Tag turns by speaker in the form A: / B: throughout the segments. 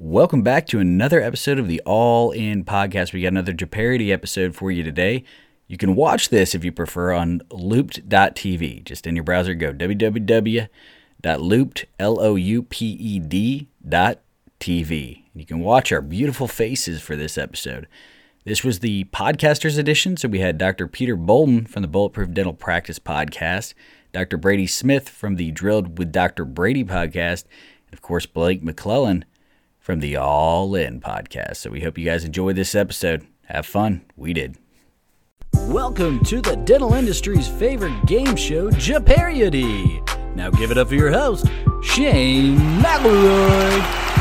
A: Welcome back to another episode of the All In Podcast. We got another Japarity episode for you today. You can watch this if you prefer on looped.tv. Just in your browser, go www.looped, L O U P E D dot TV. And you can watch our beautiful faces for this episode. This was the podcasters edition, so we had Dr. Peter Bolden from the Bulletproof Dental Practice podcast, Dr. Brady Smith from the Drilled with Dr. Brady podcast, and of course, Blake McClellan from the All In podcast. So we hope you guys enjoyed this episode. Have fun. We did. Welcome to the dental industry's favorite game show, Jeopardy! Now give it up for your host, Shane McElroy.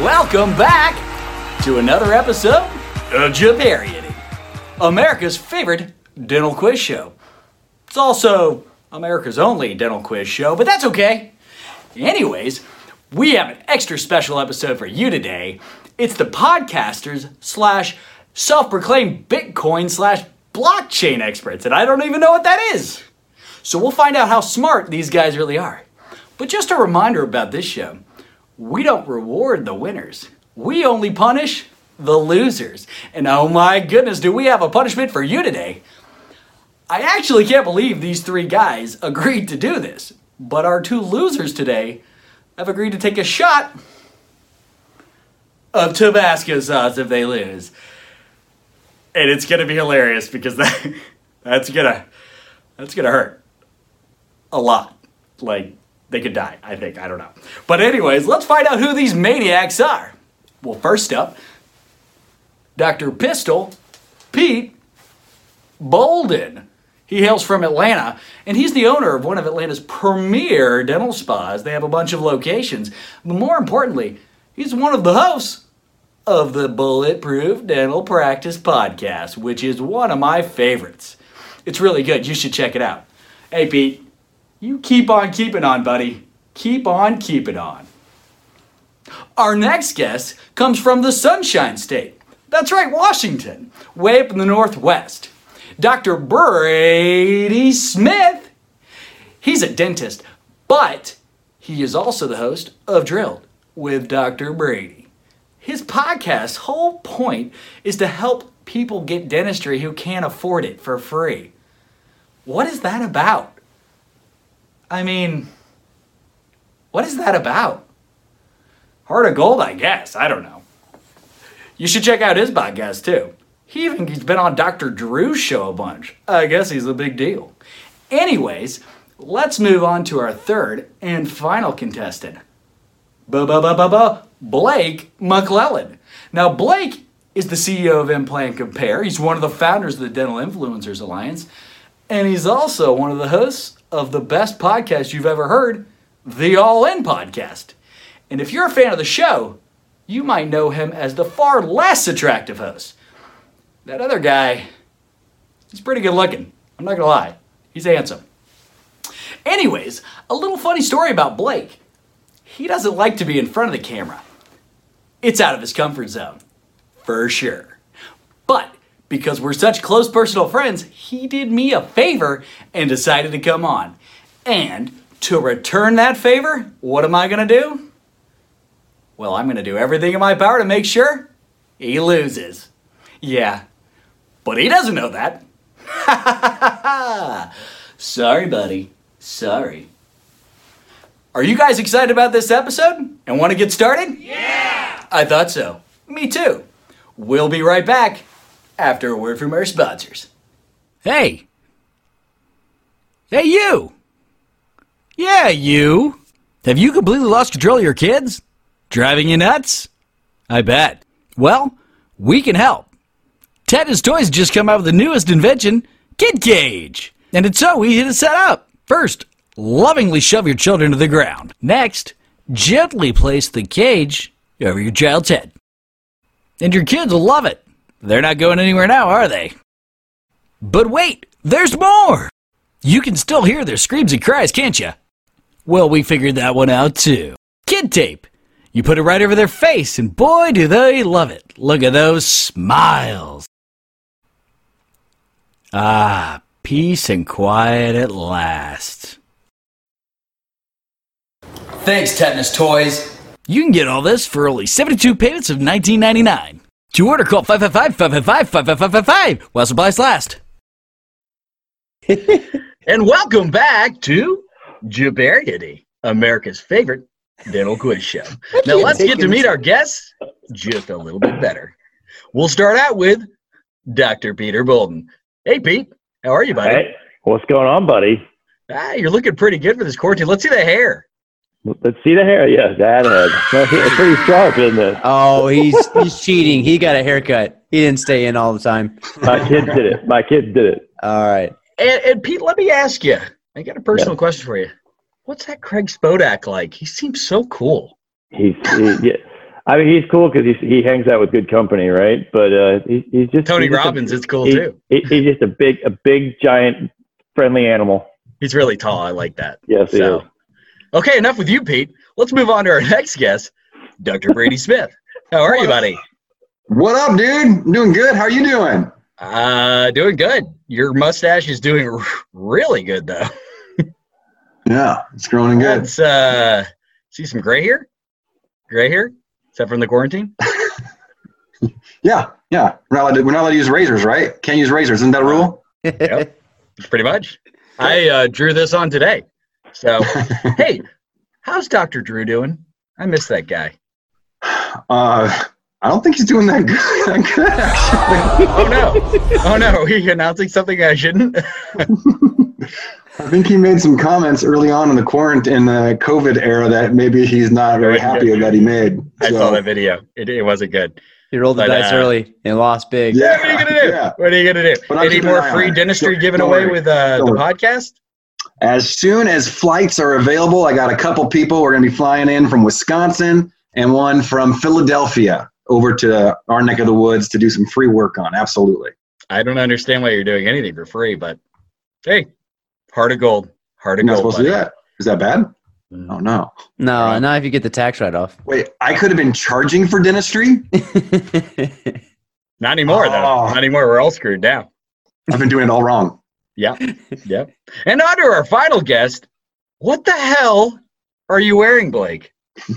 A: Welcome back to another episode of Jabarity, America's favorite dental quiz show. It's also America's only dental quiz show, but that's okay. Anyways, we have an extra special episode for you today. It's the podcasters slash self-proclaimed Bitcoin slash blockchain experts, and I don't even know what that is. So we'll find out how smart these guys really are. But just a reminder about this show we don't reward the winners. We only punish the losers. And oh my goodness, do we have a punishment for you today? I actually can't believe these three guys agreed to do this, but our two losers today have agreed to take a shot of Tabasco sauce if they lose. And it's gonna be hilarious because that that's gonna that's gonna hurt a lot. Like, they could die, I think. I don't know. But, anyways, let's find out who these maniacs are. Well, first up, Dr. Pistol Pete Bolden. He hails from Atlanta, and he's the owner of one of Atlanta's premier dental spas. They have a bunch of locations. But more importantly, he's one of the hosts of the Bulletproof Dental Practice Podcast, which is one of my favorites. It's really good. You should check it out. Hey, Pete, you keep on keeping on, buddy. Keep on keeping on. Our next guest comes from the Sunshine State. That's right, Washington, way up in the Northwest. Dr. Brady Smith. He's a dentist, but he is also the host of Drilled with Dr. Brady. His podcast's whole point is to help people get dentistry who can't afford it for free. What is that about? I mean, what is that about? Heart of gold, I guess. I don't know. You should check out his podcast too. He even he's been on Dr. Drew's show a bunch. I guess he's a big deal. Anyways, let's move on to our third and final contestant. Ba ba ba ba ba Blake McClellan. Now Blake is the CEO of Implant Compare. He's one of the founders of the Dental Influencers Alliance, and he's also one of the hosts of the best podcast you've ever heard, the All In Podcast. And if you're a fan of the show, you might know him as the far less attractive host. That other guy, he's pretty good looking. I'm not gonna lie, he's handsome. Anyways, a little funny story about Blake. He doesn't like to be in front of the camera, it's out of his comfort zone, for sure. But because we're such close personal friends, he did me a favor and decided to come on. And to return that favor, what am I gonna do? Well, I'm gonna do everything in my power to make sure he loses. Yeah, but he doesn't know that. Sorry, buddy. Sorry. Are you guys excited about this episode and want to get started? Yeah! I thought so. Me too. We'll be right back after a word from our sponsors. Hey! Hey, you! Yeah, you! Have you completely lost control of your kids? Driving you nuts? I bet. Well, we can help. Ted's Toys just come out with the newest invention, Kid Cage. And it's so easy to set up. First, lovingly shove your children to the ground. Next, gently place the cage over your child's head. And your kids will love it. They're not going anywhere now, are they? But wait, there's more!
B: You can still hear their screams and cries, can't you? Well, we figured that one out too. Kid tape. You put it right over their face, and boy, do they love it. Look at those smiles. Ah, peace and quiet at last.
C: Thanks, Tetanus Toys.
B: You can get all this for only 72 payments of 19.99. To order, call 555-555-5555 while supplies last.
D: And welcome back to Jabaridity, America's favorite dental quiz show. Now let's get to meet our guests just a little bit better. We'll start out with Dr. Peter Bolden. Hey, Pete. How are you, buddy?
E: Hey, what's going on, buddy?
D: Ah, you're looking pretty good for this quarantine. Let's see the hair.
E: Let's see the hair. Yeah, that head. That hair is pretty sharp, isn't it?
C: Oh, he's he's cheating. He got a haircut. He didn't stay in all the time.
E: My kids did it. My kids did it.
C: All right.
D: And, and Pete, let me ask you. I got a personal question for you. What's that Craig Spodak like? He seems so cool.
E: He's he, yeah. I mean, he's cool because he hangs out with good company, right? But uh, he, he's just
D: Tony
E: he's just a-
D: Robbins is cool
E: he-
D: too.
E: he- he's just a big, a big, giant, friendly animal.
D: He's really tall. I like that.
E: Yes, he
D: So,
E: is.
D: okay, enough with you, Pete. Let's move on to our next guest, Dr. Brady Smith. How are you, buddy?
F: What up, dude? Doing good. How you doing?
D: Uh, doing good. Your mustache is doing r- really good, though.
F: Yeah, it's growing good.
D: That's uh, see some gray hair, gray hair. Is that from the quarantine?
F: Yeah, yeah. We're not allowed to, we're not allowed to use razors, right? Can't use razors. Isn't that a rule?
D: Pretty much. I uh, drew this on today. So, hey, how's Doctor Drew doing? I miss that guy.
F: Uh, I don't think he's doing that good. that good, actually.
D: Oh no! Oh no! Are you announcing something I shouldn't?
F: I think he made some comments early on in the quarantine, in the COVID era, that maybe he's not very happy that he made.
D: I
F: So,
D: saw that video. It, it wasn't good.
C: He rolled the
D: But,
C: dice
D: uh,
C: early and lost big.
F: Yeah,
D: what are you gonna do?
F: yeah.
D: What are you gonna do?
F: But I'm
D: Any
F: keeping
D: more
F: an eye
D: free
F: on it.
D: dentistry
F: Don't-
D: given
F: don't
D: away
F: worry.
D: with uh, the
F: Don't worry.
D: podcast?
F: As soon as flights are available, I got a couple people. We're going to be flying in from Wisconsin and one from Philadelphia over to our neck of the woods to do some free work on. Absolutely.
D: I don't understand why you're doing anything for free, but hey, heart of gold, heart of
F: You're not
D: gold.
F: supposed to do
D: buddy.
F: that. Is that bad? Oh no.
C: No, not if you get the tax write off.
F: Wait, I could have been charging for dentistry.
D: Not anymore, though.
F: Oh.
D: Not anymore. We're all screwed now.
F: I've been doing it all wrong.
D: Yep. And on to our final guest. What the hell are you wearing, Blake?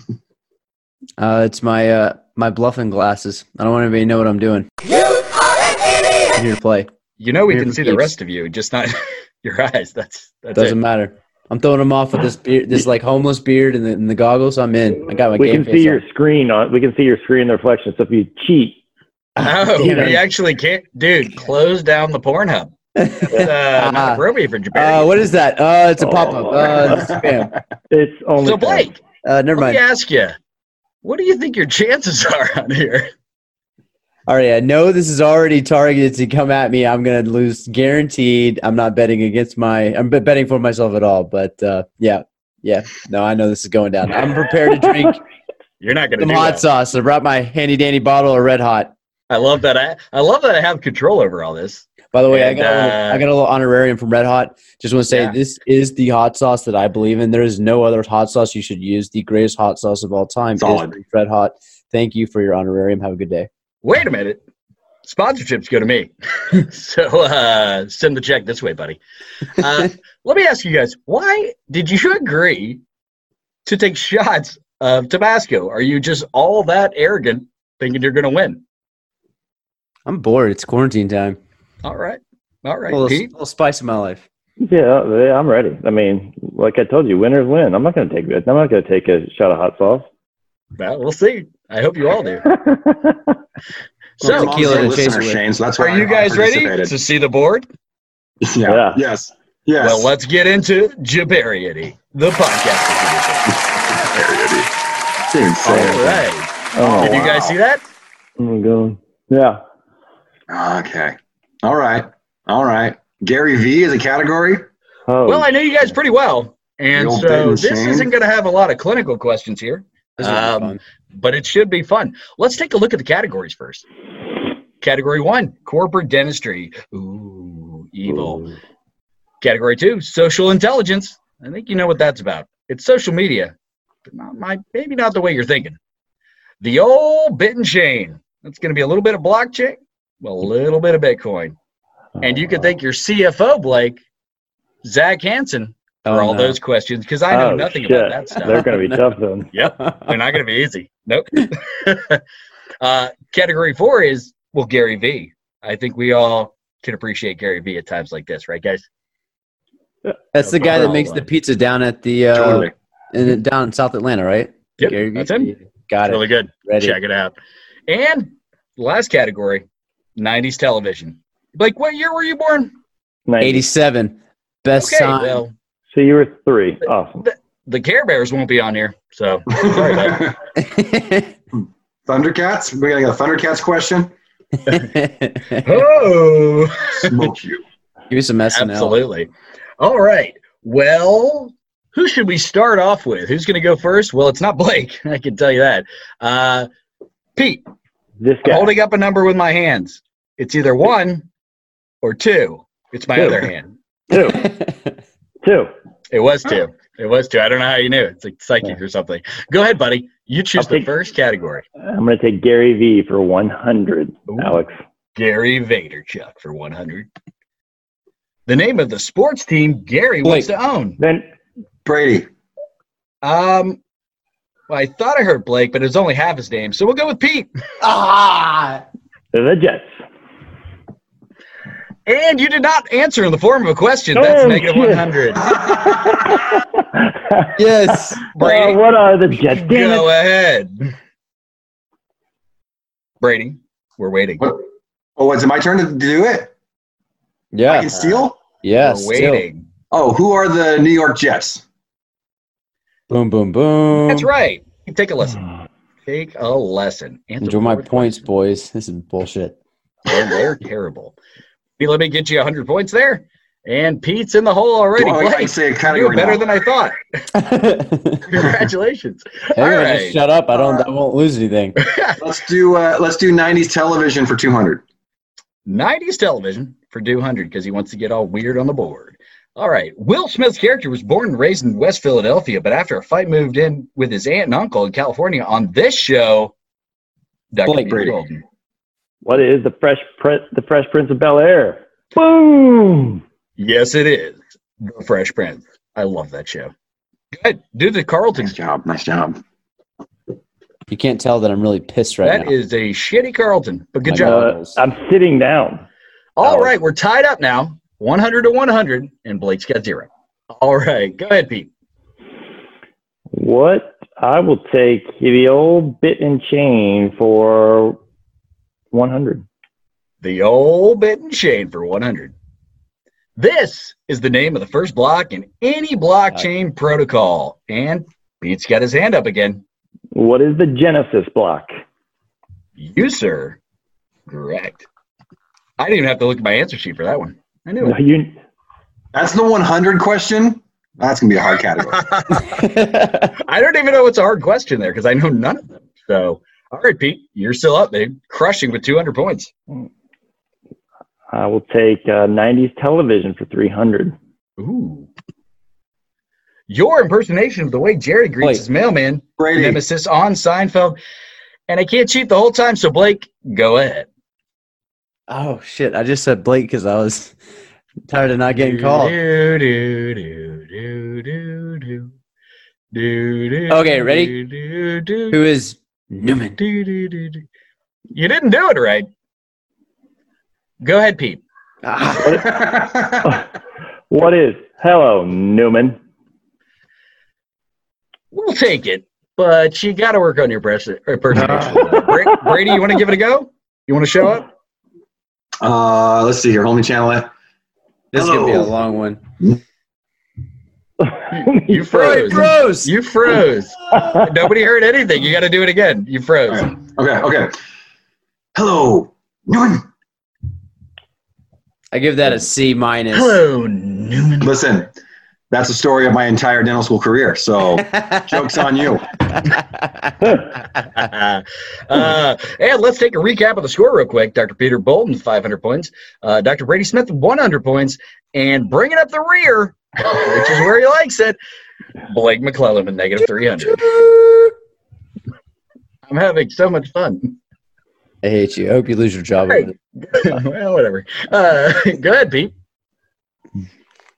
C: uh, it's my uh, my bluffing glasses. I don't want anybody to know what I'm doing. You are an idiot. I'm here to play.
D: You know we
C: Here
D: can
C: it
D: see the
C: is.
D: rest of you, just not your eyes. That's that's
C: Doesn't
D: it.
C: matter. I'm throwing him off with this beard, this like homeless beard and the, and the goggles. I'm in. I got my
E: we
C: game
E: can
C: face
E: see your
C: on.
E: screen on. We can see your screen, the reflection. So if you cheat,
D: Oh,
C: Damn it.
D: we actually can't, dude. Close down the Pornhub. That's uh, not
C: Ah.
D: appropriate for Japan.
C: Uh, what is that? Uh, it's a pop up.
E: Oh.
C: Uh, it's spam.
E: it's only
D: so Blake,
C: Uh, never
D: Let
C: mind.
D: me ask you, what do you think your chances are on here?
C: All right, I know this is already targeted to come at me. I'm gonna lose, guaranteed. I'm not betting against my. I'm bet- betting for myself at all. But uh, yeah, yeah. No, I know this is going down. I'm prepared to drink
D: You're not going to
C: some
D: do
C: hot
D: that.
C: sauce. I brought my handy dandy bottle of Red Hot.
D: I love that. I, I love that I have control over all this.
C: By the way, I
D: And,
C: got a little,
D: uh,
C: I got a little honorarium from Red Hot. Just want to say
D: Yeah.
C: this is the hot sauce that I believe in. There is no other hot sauce you should use. The greatest hot sauce of all time
F: Solid.
C: is Red Hot. Thank you for your honorarium. Have a good day.
D: Wait a minute. Sponsorships go to me. so uh, send the check this way, buddy. Uh, let me ask you guys why did you agree to take shots of Tabasco? Are you just all that arrogant thinking you're going to win?
C: I'm bored. It's quarantine time.
D: All right. All right,
C: A little,
D: Pete.
C: little spice in my life.
E: Yeah, yeah, I'm ready. I mean, like I told you, winners win. I'm not going to take it. I'm not going to take a shot of hot sauce.
D: Well, we'll see. I hope you all do.
F: Well,
D: So,
F: your mom's
C: Tequila
F: a
C: to
F: listener,
C: chase it with.
F: Shane, so that's why
D: are you
F: I
D: guys ready
F: participated.
D: to see the board?
F: Yeah.
E: Yeah.
F: Yes. Yes.
D: Well, let's get into Jabariety, the podcast.
F: It's insane.
D: All right.
E: oh,
D: Did you guys see that?
E: I'm going. Oh, Yeah.
F: Okay. All right. All right. Gary V is a category.
E: Oh,
D: Well, I know you guys pretty well. And
F: The old
D: so
F: Dayton
D: this
F: scene.
D: isn't going to have a lot of clinical questions here,
C: This is really
D: Um,
C: fun.
D: but it should be fun. Let's take a look at the categories first. Category one corporate dentistry. Ooh, evil. Category two, social intelligence. I think you know what that's about. It's social media, but not my, maybe not the way you're thinking. The old bit and chain. That's going to be a little bit of blockchain, a little bit of Bitcoin. And
F: Uh-huh.
D: you could thank your CFO, Blake, Zach Hansen, for
C: Oh,
D: all
C: no.
D: those questions because I know
E: Oh,
D: nothing
E: shit.
D: about that stuff.
E: They're going to be tough then.
D: Yep. They're not going to be easy. Nope. uh, category four is, well, Gary V. I think we all can appreciate Gary V at times like this, right, guys?
C: That's the guy that makes the pizza down at the uh,
D: Totally.
C: in, down in South Atlanta, right?
D: Yep,
C: Gary Vee?
D: that's him.
C: Got it.
D: Really good.
C: Ready.
D: Check it out. And last category 90s television. Like, what year were you born?
E: 90.
C: 87. Best
D: Okay,
C: time.
D: well,
E: So you were three. Awesome.
D: the Care Bears won't be on here. So, sorry about that.
F: Thundercats? We got a Thundercats question?
C: Give
D: Oh.
F: Smoke you.
C: me some SNL.
D: Absolutely. All right. Well, who should we start off with? Who's going to go first? Well, it's not Blake. I can tell you that. Uh, Pete,
E: This
D: I'm
E: guy.
D: holding up a number with my hands. It's either one or two. It's my
E: Two.
D: other hand.
E: Two. Two.
D: It was two. It was two. I don't know how you knew. It's like psychic or something. Go ahead, buddy. You choose
E: I'll
D: the
E: take-
D: first category.
E: I'm going to take Gary V for 100,
D: Ooh.
E: Alex.
D: Gary Vaynerchuk for 100. The name of the sports team Gary wants
C: Blake.
D: to own.
E: Then
F: Brady.
D: Um, well, I thought I heard Blake, but it's only half his name, so we'll go with Pete.
C: Ah!
E: the Jets.
D: And you did not answer in the form of a question. That's
E: Oh,
D: negative
E: shit.
D: 100.
E: Uh,
C: Yes.
D: Brady,
E: what are the Jets? Damn
D: go
E: it.
D: ahead. Brady, we're waiting.
F: What? Oh, is it my turn to do it? I
D: Uh,
C: Yeah.
F: can steal?
C: Yes.
D: we're waiting.
F: Oh, who are the New York Jets?
C: Boom, boom, boom.
D: That's right. Take a lesson. Take a lesson. Answer
C: Enjoy my
D: fourth
C: points, boys. This is bullshit.
D: question. They're terrible. Pete, let me get you 100 points there. And Pete's in the hole already.
F: Well, I, I can
D: Blake,
F: say a
D: you're
F: category.
D: better
F: now.
D: than I thought.
C: Everyone
D: Congratulations.
C: just shut up. I don't. I won't lose anything.
F: let's do uh, let's do '90s television for 200.
D: 90s television for 200 because he wants to get all weird on the board. All right. Will Smith's character was born and raised in West Philadelphia, but after a fight, moved in with his aunt and uncle in California on this show. Dr.
C: Blake
D: Pete
F: Brady.
D: Golden.
E: What is the Fresh Prince, the Fresh Prince of Bel Air? Boom!
D: Yes, it is. The Fresh Prince. I love that show. Good. Do the Carlton.
F: Nice job, nice job.
C: You can't tell that I'm really pissed right
D: That
C: now.
D: is a shitty Carlton, but good
C: I
D: job.
C: know.
E: Uh, I'm sitting down.
D: All
E: Oh.
D: right. We're tied up now 100 to 100, and Blake's got zero. All right. Go ahead, Pete.
E: What? I will take the old bit and chain for 100.
D: The old bit and chain for 100. This is the name of the first block in any blockchain protocol. And Pete's got his hand up again.
E: What is the Genesis block?
D: You, sir. Correct. I didn't even have to look at my answer sheet for that one. I knew
E: No, you,
F: That's the 100 question. That's gonna be a hard category.
D: it. I don't even know what's a hard question there because I know none of them. So, all right, Pete, you're still up, babe. Crushing with 200 points.
E: I will take uh, 90s television for 300.
D: Ooh. Your impersonation of the way Jerry greets
C: Wait.
D: his mailman
F: Brady.
D: nemesis on Seinfeld. And I can't cheat the whole time, so Blake, go ahead.
C: oh shit! I just said Blake because I was tired of not getting called.
D: Do, do, do, do, do, do. Do, do,
C: Okay, ready?
D: do, do,
C: Who is Newman?
D: do, do, do, do. You didn't do it right. Go ahead, Pete.
C: Ah,
E: What is Hello Newman?
D: We'll take it, but you got to work on your pers- impersonation. Bra- Brady, you want to give it a go? You want to show up?
F: Uh, let's see here. Hold me channel it.
C: this is gonna be a
F: Hello.
C: long one.
D: You froze.
C: Bros.
D: You froze. Nobody heard anything. You got to do it again. You froze.
F: Okay, okay. Hello, Newman.
C: I give that a C minus.
D: Hello, Newman.
F: Listen, That's the story of my entire dental school career. So jokes on you.
D: uh, and let's take a recap of the score real quick. Dr. Peter Bolton, 500 points. Uh, Dr. Brady Smith, 100 points. And bringing up the rear, which is where he likes it, Blake McClellan with negative 300. I'm having so much fun.
C: I hate you. I hope you lose your job. over
D: Hey.
C: this.
D: well, whatever. Uh, go ahead, Pete.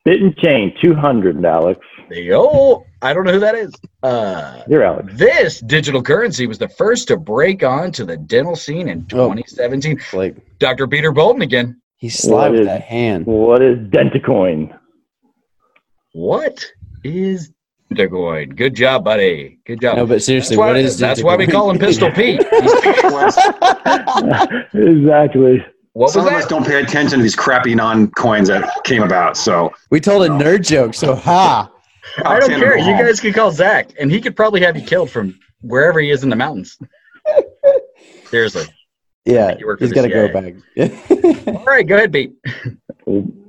E: Bit and chain, two hundred, Alex.
D: The old, I don't know who that is. Uh,
E: You're Alex.
D: this digital currency was the first to break onto the dental scene in
C: Oh.
D: 2017.
C: Like
D: Dr. Peter Bolton again.
C: he's sly
E: What
C: with
E: is-
C: that hand.
E: What is Dentacoin?
D: What is the coin? Good job, buddy. Good job.
C: No, but seriously,
D: that's why,
C: what is
D: that's why we call him Pistol Pete. He's-
E: exactly.
D: What was
F: Some of us
D: that?
F: don't pay attention to these crappy non coins that came about. So
C: We told a nerd joke, so ha.
D: I don't
F: Alexander
D: care. You
F: Mahal.
D: guys can call Zach, and he could probably have you killed from wherever he is in the mountains. Seriously.
C: Yeah,
D: You work for
C: he's
D: the
C: got to go
D: CIA.
C: back. yeah,
D: All right, go ahead, Pete.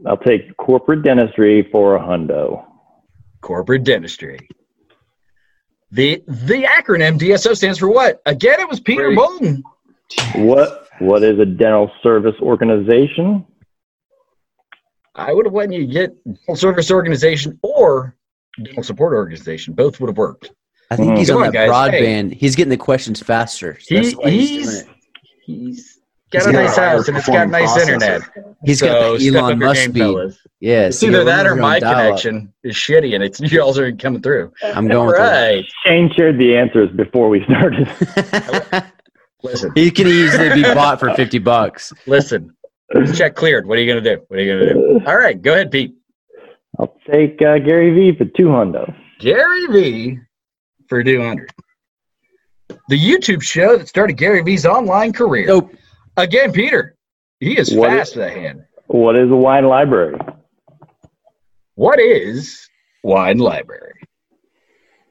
E: I'll take corporate dentistry for a hundo.
D: Corporate dentistry. The the acronym DSO stands for what? Again, it was Peter
F: Great.
D: Bolton.
E: What What is a dental service organization?
D: I would have let you get dental service organization or dental support organization. Both would have worked.
C: I think he's
D: Mm. Come
C: on
D: on,
C: that
D: guys.
C: broadband. He's getting the questions faster. so
D: He-
C: that's why he's,
D: he's-
C: doing it.
D: He's got
F: He's
D: a
F: got
D: nice
F: a higher
D: house and it's got
F: performing
D: nice
F: processor.
D: internet.
C: he's
D: So
C: got the
D: step up
C: Elon
D: your
C: Musk
D: game,
C: speed.
D: fellas.
C: Yeah,
D: It's
C: see,
D: either
C: you're
D: that or
C: on
D: my
C: dial-up.
D: connection is shitty and it's y'all's aren't coming through.
C: I'm
D: All
C: going
D: right.
E: Shane shared the answers before we started.
C: with it.
D: Listen,
C: he can easily be bought for fifty bucks.
D: listen. This check cleared. What are you gonna do? What are you gonna do? All right, go ahead, Pete.
E: I'll take uh, Gary Vee for two hundo.
D: Gary V for 200. The YouTube show that started Gary V's online career.
C: Nope.
D: Again, Peter. He is
E: What
D: fast
E: is-
D: with that hand.
E: What is a wine library?
D: What is Wine Library?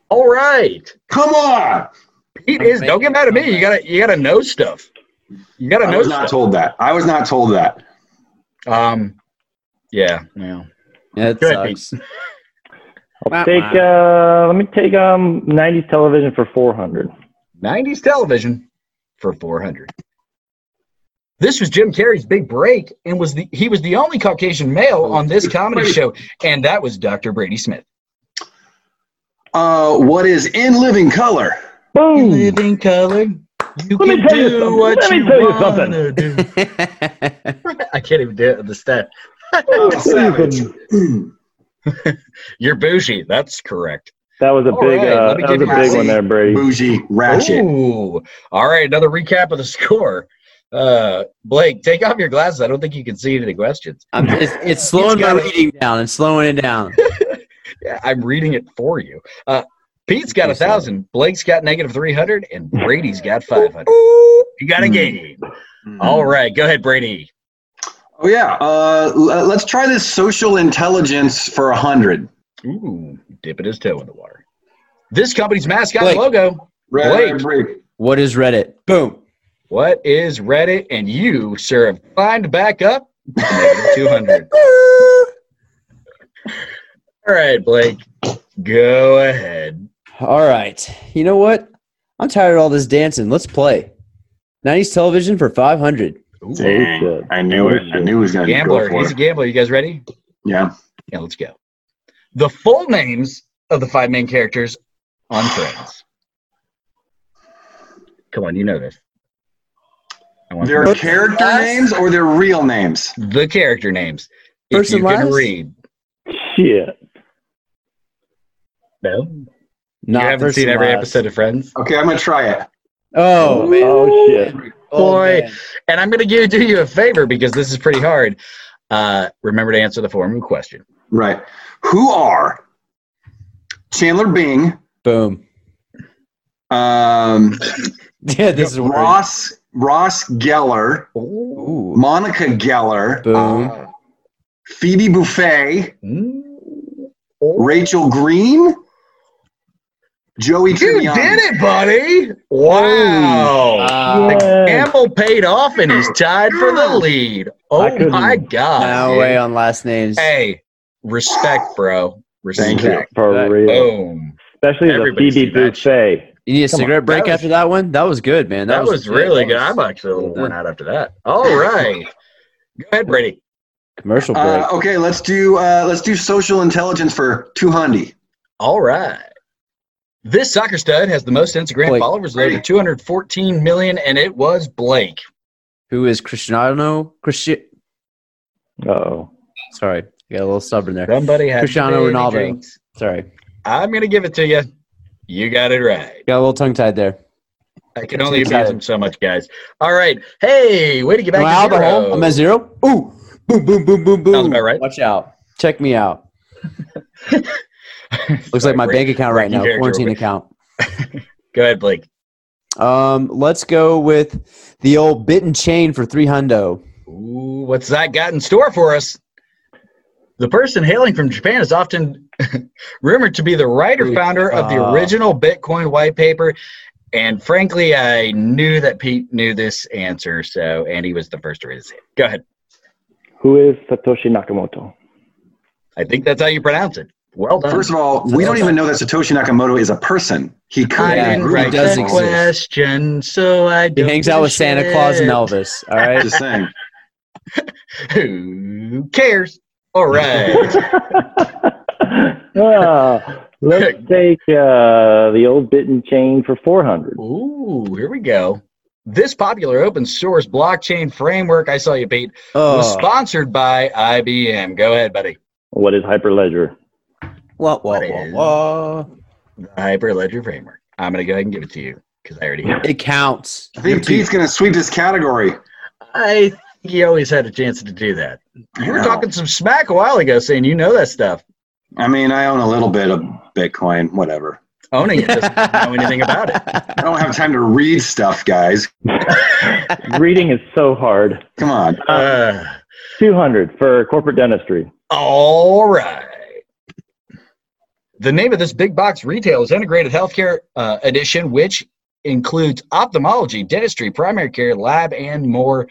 D: All right.
F: Come on.
D: Pete is don't get mad at me. You gotta you gotta know stuff. You gotta
F: I
D: know
F: was not
D: stuff.
F: told that. I was not told that.
D: Um yeah, yeah.
C: That
D: Go ahead,
C: sucks.
E: I'll take. Uh, let me take um '90s television for four hundred.
D: 90s television for 400. This was Jim Carrey's big break, and was the he was the only Caucasian male
E: Oh,
D: on this comedy show, and that was Dr. Brady Smith.
F: Uh, what is in living color?
E: Boom.
D: Living color, you
E: Let me
D: can
E: tell you
D: do
E: something.
D: what
E: Let me
D: you
E: tell you
D: wanna do. I can't even do it with the step.
E: Let me tell you
F: Oh, Savage.
E: something.
D: You're bougie. That's correct.
E: That was a
D: All
E: big.
D: right,
E: uh,
D: let me
E: that was a
D: give you
E: big
F: my
E: one
F: seat.
E: there, Brady.
F: Bougie ratchet.
D: Ooh. All right, another recap of the score. Uh, Blake, take off your glasses. I don't think you can see any of the questions.
C: I'm, it's, it's slowing my
D: got it.
C: reading down and slowing it down.
D: Yeah, I'm reading it for you. Uh, Pete's got a
C: Appreciate it.
D: thousand, Blake's got negative three hundred, and Brady's got five hundred. You got a
F: Hmm.
D: game. All right, go ahead, Brady.
F: Oh yeah. Uh, l- let's try this social intelligence for a hundred.
D: Ooh, dipping his toe in the water. This company's mascot
C: Blake.
D: logo. Blake.
F: break.
C: What is Reddit? Boom.
D: What is Reddit? And you, sir, have climbed back up to negative two hundred. All right, Blake, go ahead.
C: All right. You know what? I'm tired of all this dancing. Let's play. 90s television for 500.
D: Ooh,
E: shit.
F: I knew it. I knew he was gonna
D: gambler.
F: go for
D: He's a
F: it.
D: gambler. You guys ready?
F: Yeah.
D: Yeah, let's go. The full names of the five main characters on Friends. Come on, you know this. I want
F: Their
D: the-
F: character names or their real names?
D: the character names.
C: First
D: if
C: and
D: you can
C: last?
D: read.
E: Shit.
D: No,
C: Not
D: you haven't
C: first
D: seen
C: and
D: every
C: last.
D: episode of Friends.
F: Okay, I'm gonna try it.
C: Oh, man.
E: Oh shit.
C: Oh,
D: boy.
C: man.
D: And I'm going to give, do you a favor because this is pretty hard. Uh, remember to answer the form of question.
F: Right. Who are Chandler Bing,
C: Boom.
F: um,
C: Yeah, this is where
F: Ross Ross Geller,
C: Ooh.
F: Monica Geller, um,
C: Boom.
F: Phoebe Buffay,
D: Mm.
F: Rachel Green, Joey
D: You
F: Tribbiani.
D: did it, buddy! Wow.
C: Uh,
D: Campbell paid off and he's tied for the lead.
E: I
D: Oh
E: couldn't-
D: my god.
C: no
D: dude.
C: way on last names.
D: Hey, respect, bro. We're
F: Thank you.
D: stacked.
E: for
C: That-
E: real.
D: Boom.
E: Especially the
D: Everybody's
E: Phoebe
D: seen oh. that
E: Buffet.
C: You need a
D: Come on,
C: cigarette break
D: that was-
C: after that one? That was good, man.
D: That, was, really good.
C: that
D: I'm
C: was
D: actually a little
C: well
D: worn out after that. All right. Go ahead, Brady.
C: commercial break.
F: Uh, okay, let's do uh, let's do social intelligence for two hundred.
D: All right. This soccer stud has the most Instagram
C: Blake.
D: followers, over 214 million, and it was Blake.
C: Who is Cristiano? Cristi-
E: Uh-oh.
C: Sorry, I got a little stubborn there.
D: Somebody had
C: Cristiano
D: many
C: Ronaldo.
D: drinks.
C: Sorry,
D: I'm going to give it to you. You got it right.
C: got a little tongue tied there.
D: I can only
C: Too
D: abuse
C: tired.
D: him so much, guys. All right. Hey, way to get back
C: Am I out
D: to
C: of the
D: zero.
C: hole? I'm at zero. Ooh, boom, boom, boom, boom, boom.
D: Sounds about right.
C: Watch out. Check me out. Looks
D: Sorry,
C: like my
D: Brady.
C: bank account right
D: breaking
C: now,
D: character
C: quarantine
D: over.
C: account.
D: Go ahead, Blake.
C: Um, let's go with the old bit and chain for three hundo.
D: Ooh, what's that got in store for us? The person hailing from Japan is often rumored to be the writer founder of the
C: Uh.
D: original Bitcoin white paper. And frankly, I knew that Pete knew this answer, so and he was the first to raise his hand. Go ahead.
E: Who is Satoshi Nakamoto?
D: I think that's how you pronounce it. Well done.
F: First of all, we don't even know that Satoshi Nakamoto is a person. He could
D: I
C: Yeah,
D: didn't
C: he
D: write
C: does
D: that
C: exist.
D: question, so I
C: He
D: don't
C: hangs
D: give
C: out
D: a
C: with Santa Claus and
D: shit.
C: Elvis. All right.
F: Just saying.
D: Who cares? All right.
E: Ah, let's take uh, the old bit and chain for 400.
D: Ooh, here we go. This popular open source blockchain framework, I saw you, Pete, was
C: Oh,
D: sponsored by IBM. Go ahead, buddy.
E: What is Hyperledger?
C: whoa, whoa,
D: What
C: whoa,
D: is-
C: whoa.
D: The Hyperledger framework. I'm going to go ahead and give it to you because I already have it.
C: It counts.
F: I think Pete's going to sweep this category.
D: I think he always had a chance to do that. You were talking some smack a while ago saying you know that stuff.
F: I mean, I own a little bit of Bitcoin, whatever.
D: Owning it doesn't know anything about it.
F: I don't have time to read stuff, guys.
E: Reading is so hard.
F: Come on.
D: Uh,
E: 200 for corporate dentistry.
D: All right. The name of this big box retail is Integrated Healthcare uh, Edition, which includes ophthalmology, dentistry, primary care, lab, and more.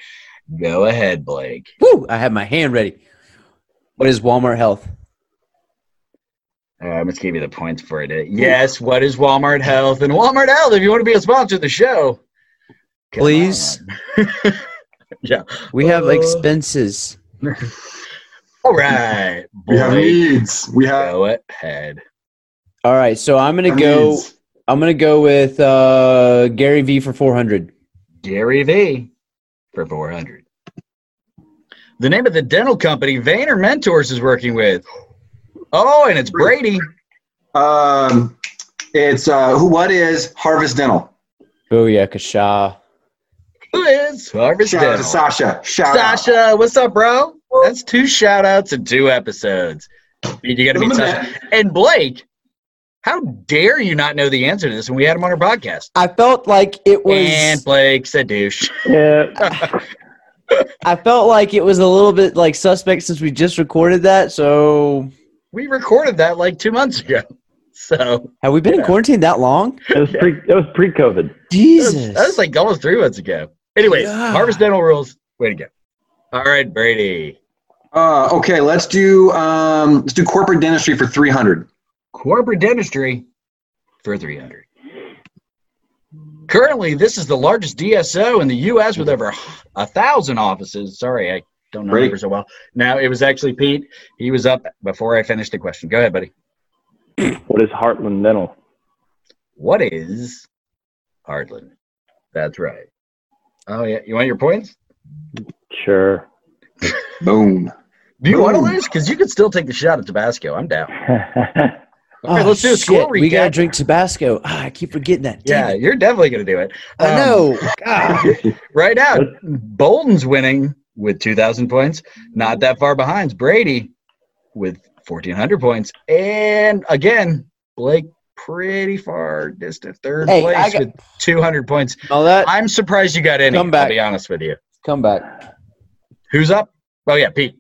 D: Go ahead, Blake.
C: Woo! I have my hand ready. What is Walmart Health?
D: Uh, I'm just give you the points for it. Uh, Yes, what is Walmart Health? And Walmart Health, if you want to be a sponsor of the show, come
C: Please.
D: on. yeah.
C: We have
D: Uh,
C: expenses.
D: All right.
F: We have
D: Blake,
F: needs. We have.
D: go ahead.
C: All right, so I'm gonna
F: our
C: go.
F: needs.
C: I'm gonna go with uh, Gary V for 400.
D: Gary V for 400. The name of the dental company Vayner Mentors is working with. Oh, and it's Brady.
F: Um, it's uh, who? What is Harvest Dental?
C: Booyah, Kasha.
D: Who is Harvest
F: Shout out to
D: Dental?
F: Sasha. Shout out.
D: Sasha, what's up, bro? That's two shout outs and two episodes. You gotta be Sasha. And Blake, how dare you not know the answer to this when we had him on our podcast?
C: I felt like it was.
D: And Blake's a douche.
E: Yeah,
C: I felt like it was a little bit like suspect since we just recorded that. So
D: We recorded that like two months ago. So
C: have we been in quarantine that long?
E: it was pre it was pre COVID.
C: Jesus.
D: That was, that was like almost three months ago. Anyways,
C: Yeah.
D: Harvest Dental rules. Way to go. All right, Brady.
F: Uh, okay, let's do um, let's do corporate dentistry for three hundred.
D: Corporate dentistry for 300. Currently, this is the largest DSO in the U.S. with over a thousand offices. Sorry, I don't know
F: Great.
D: numbers so well. Now it was actually Pete. He was up before I finished the question. Go ahead, buddy.
E: What is Heartland Dental?
D: What is Hardland? That's right. Oh yeah, you want your points?
E: Sure.
F: Boom.
D: Do you want to
F: Boom.
D: lose? Because you could still take the shot at Tabasco. I'm down. All right,
C: Oh,
D: let's do a score
C: shit, We gotta
D: recap.
C: drink Tabasco. Ah, I keep forgetting that.
D: Yeah,
C: Damn it.
D: you're definitely going to do it.
C: I
D: Um,
C: know. God.
D: Right now, Bolden's winning with 2,000 points. Not that far behind's Brady with 1,400 points. And again, Blake pretty far distant third
C: Hey, I
D: place
C: got-
D: with 200 points.
C: All that.
D: I'm surprised you got any,
C: Come back.
D: I'll be honest with you.
C: Come back.
D: Who's up? Oh, yeah, Pete.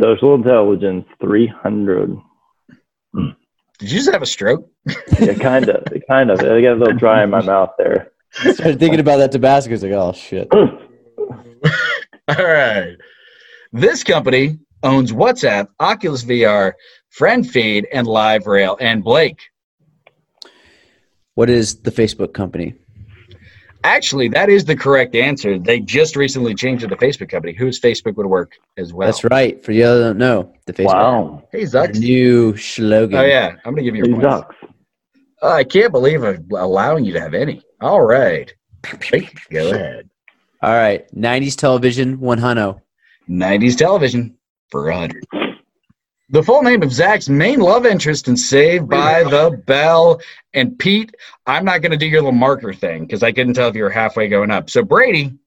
E: Social intelligence, 300.
D: Did you just have a stroke?
E: Yeah, kind of. kind of. I got a little dry in my mouth there.
C: I started thinking about that Tabasco. It's like, oh shit.
D: All right. This company owns WhatsApp, Oculus VR, Friend Feed, and Live Rail. And Blake,
C: What is the Facebook company?
D: actually, that is the correct answer. They just recently changed it to Facebook company. Whose Facebook would work as well?
C: That's right. For you that don't know, the Facebook.
E: Wow.
D: Hey, Zucks.
C: New slogan.
D: Oh yeah, I'm gonna give you
E: Hey,
D: a point.
E: Zucks.
D: Oh, I can't believe I'm allowing you to have any. All right, Blake, go ahead.
C: All right. 90s television, one hundo.
D: 90s television for 100. The full name of Zach's main love interest in Saved by the Bell. And Pete, I'm not going to do your little marker thing because I couldn't tell if you were halfway going up. So, Brady,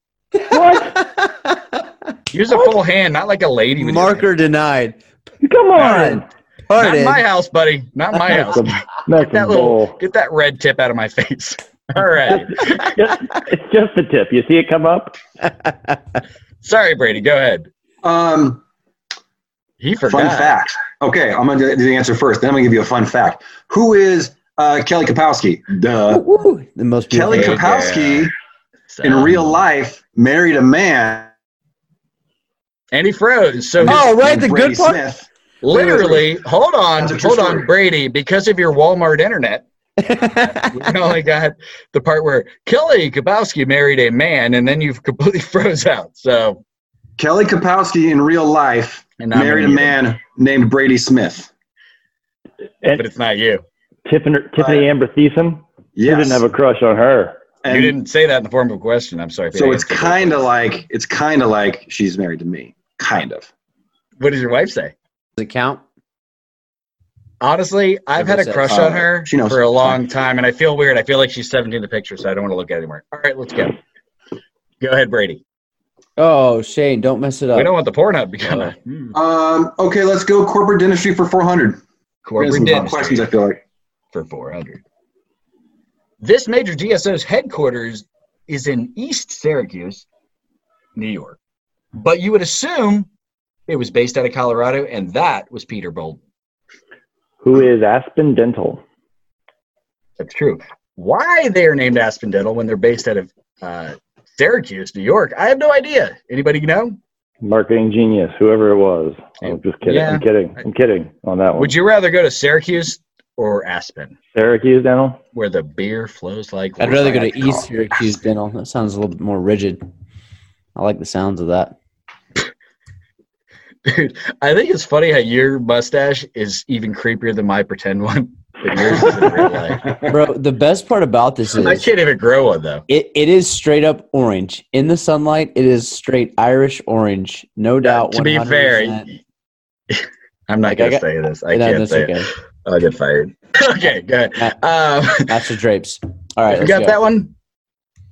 E: What?
D: use a full hand, not like a lady. with your
C: Marker denied.
E: Come on.
D: hand. Not
C: Pardon.
D: my house, buddy. Not my house.
E: That's a, that's
D: That
E: a
D: little-
E: bull.
D: Get that red tip out of my face. All right.
E: Just- it's just the tip. You see it come up?
D: Sorry, Brady. Go ahead.
F: Um,
D: He forgot.
F: fun fact. Okay, I'm going to do the answer first. Then I'm going to give you a fun fact. Who is uh, Kelly Kapowski? Duh.
C: Woo, the most beautiful.
F: Kelly
D: Hey
F: Kapowski
D: So-
F: in real life married a man.
D: And he froze. So, his-
C: Oh, right. The
F: named Brady
C: good part.
F: Smith.
D: literally, hold on.
F: That's a true
D: Hold on,
F: story.
D: Brady. Because of your Walmart internet, we only got the part where Kelly Kabowski married a man, and then you've completely froze out. So
F: Kelly Kapowski in real life
D: and I'm
F: married a
D: you,
F: man named Brady Smith.
E: And
D: but it's not you.
E: Tiffany, Tiffany Amber Thiessen? You
F: Yes.
E: didn't have a crush on her.
F: And
D: you didn't say that in the form of a question. I'm sorry. if
F: So
D: you
F: it's
D: answered it.
F: kind of like it's kind of like she's married to me. Kind of.
D: What does your wife say?
C: Does it count?
D: Honestly, I've had a
C: Everybody
D: crush
F: says,
D: on
F: uh,
D: her
F: she knows.
D: for a long time, and I feel weird. I feel like she's 17 in the picture, so I don't want to look at it anymore. All right, let's go. Go ahead, Brady.
C: Oh, Shane, don't mess it up.
D: We don't want the Pornhub to become a
C: Hmm.
F: Um, okay, let's go corporate dentistry for 400. We have
D: corporate
F: some top
D: dentistry.
F: questions, I feel like.
D: for 400. This major DSO's headquarters is in East Syracuse, New York. But you would assume it was based out of Colorado, and that was Peter Bolden.
E: Who is Aspen Dental?
D: That's true. Why they're named Aspen Dental when they're based out of uh, Syracuse, New York, I have no idea. Anybody know?
E: Marketing genius, whoever it was. I'm just kidding.
D: Yeah.
E: I'm kidding. I'm kidding on
C: Oh.
E: that one.
D: Would you rather go to Syracuse or Aspen,
E: Syracuse Dental?
D: where the beer flows like?
C: I'd rather go to
D: water?
C: East Syracuse Dental. That sounds a little bit more rigid. I like the sounds of that.
D: Dude, I think it's funny how your mustache is even creepier than my pretend one. But yours is in real life.
C: Bro, the best part about this
D: I
C: is
D: can't even grow one though.
C: it, it is straight up orange. In the sunlight, it is straight Irish orange. No doubt.
D: to be fair,
C: 100%.
D: I'm not
C: Like, I
D: gonna
C: got-
D: say this. I
C: No,
D: can't
C: that's
D: say it.
C: okay. Uh,
D: I'll get fired. okay, go ahead. Um,
C: Master Drapes. All right.
D: you
C: Let's
D: got
C: go.
D: that one?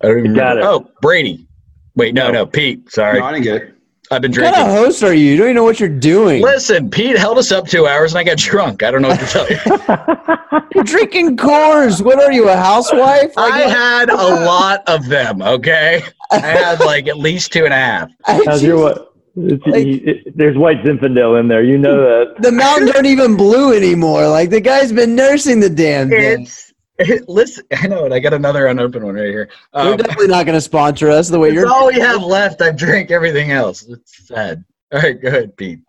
D: I don't even
E: You got
D: remember. Oh, Brady. Wait, no, no, Pete. Sorry,
F: No, I didn't get it.
D: I've been
C: What kind of
D: drinking.
C: host are you? You don't even know what you're doing.
D: Listen, Pete held us up two hours, and I got drunk. I don't know what to tell you.
C: You're drinking Coors. What are you, a housewife? Like,
D: I had a lot of them. Okay, I had like at least two and a half.
C: I-
E: How's your what? It's- it- there's white Zinfandel in there. You know that.
C: the mountains aren't even blue anymore. Like the guy's been nursing the damn thing.
D: It's listen. I know it. I got another unopened one right here.
C: They're
D: Um,
C: definitely not going to sponsor us the way
D: It's
C: you're.
D: all we have left. I've drank everything else. It's sad. All right, go ahead, Pete.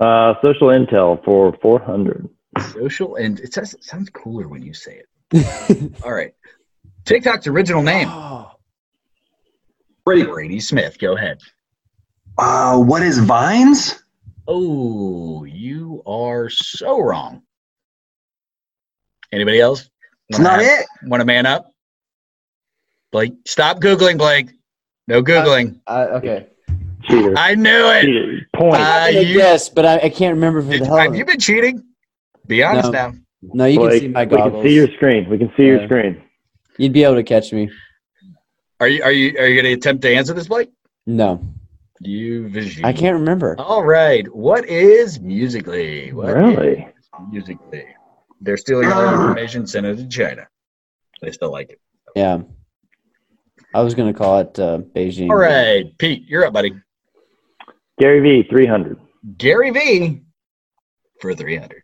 E: Uh, social intel for 400.
D: Social and it says it sounds cooler when you say it. all right. TikTok's original name,
C: Oh.
F: Brady,
D: Brady Smith. Go ahead.
F: uh, what is Vines?
D: Oh, you are so wrong. Anybody else?
F: It's not it.
D: Want to man up? Blake, stop Googling, Blake. No Googling.
C: Uh, okay. Uh,
E: Cheater.
D: I knew it.
E: Cheater. Point.
D: Uh,
C: I'm gonna
D: you-
C: guess, but I, I can't remember for the
D: Did-
C: hell. of
D: have
C: it.
D: you been cheating? Be honest now.
C: no, you can
E: Blake,
C: see my
E: we can
C: goggles.
E: see your screen. We can see your
C: Yeah.
E: screen.
C: You'd be able to catch me.
D: Are you are you are you gonna attempt to answer this, Blake?
C: No,
D: You vision.
C: I can't remember.
D: All right. What is Musically? What is
E: Really?
D: Musically. They're stealing all your information, send it to China. They still like it.
C: Yeah, I was gonna call it uh, Beijing.
D: All right, Pete, you're up, buddy.
E: Gary V. 300.
D: Gary V for 300.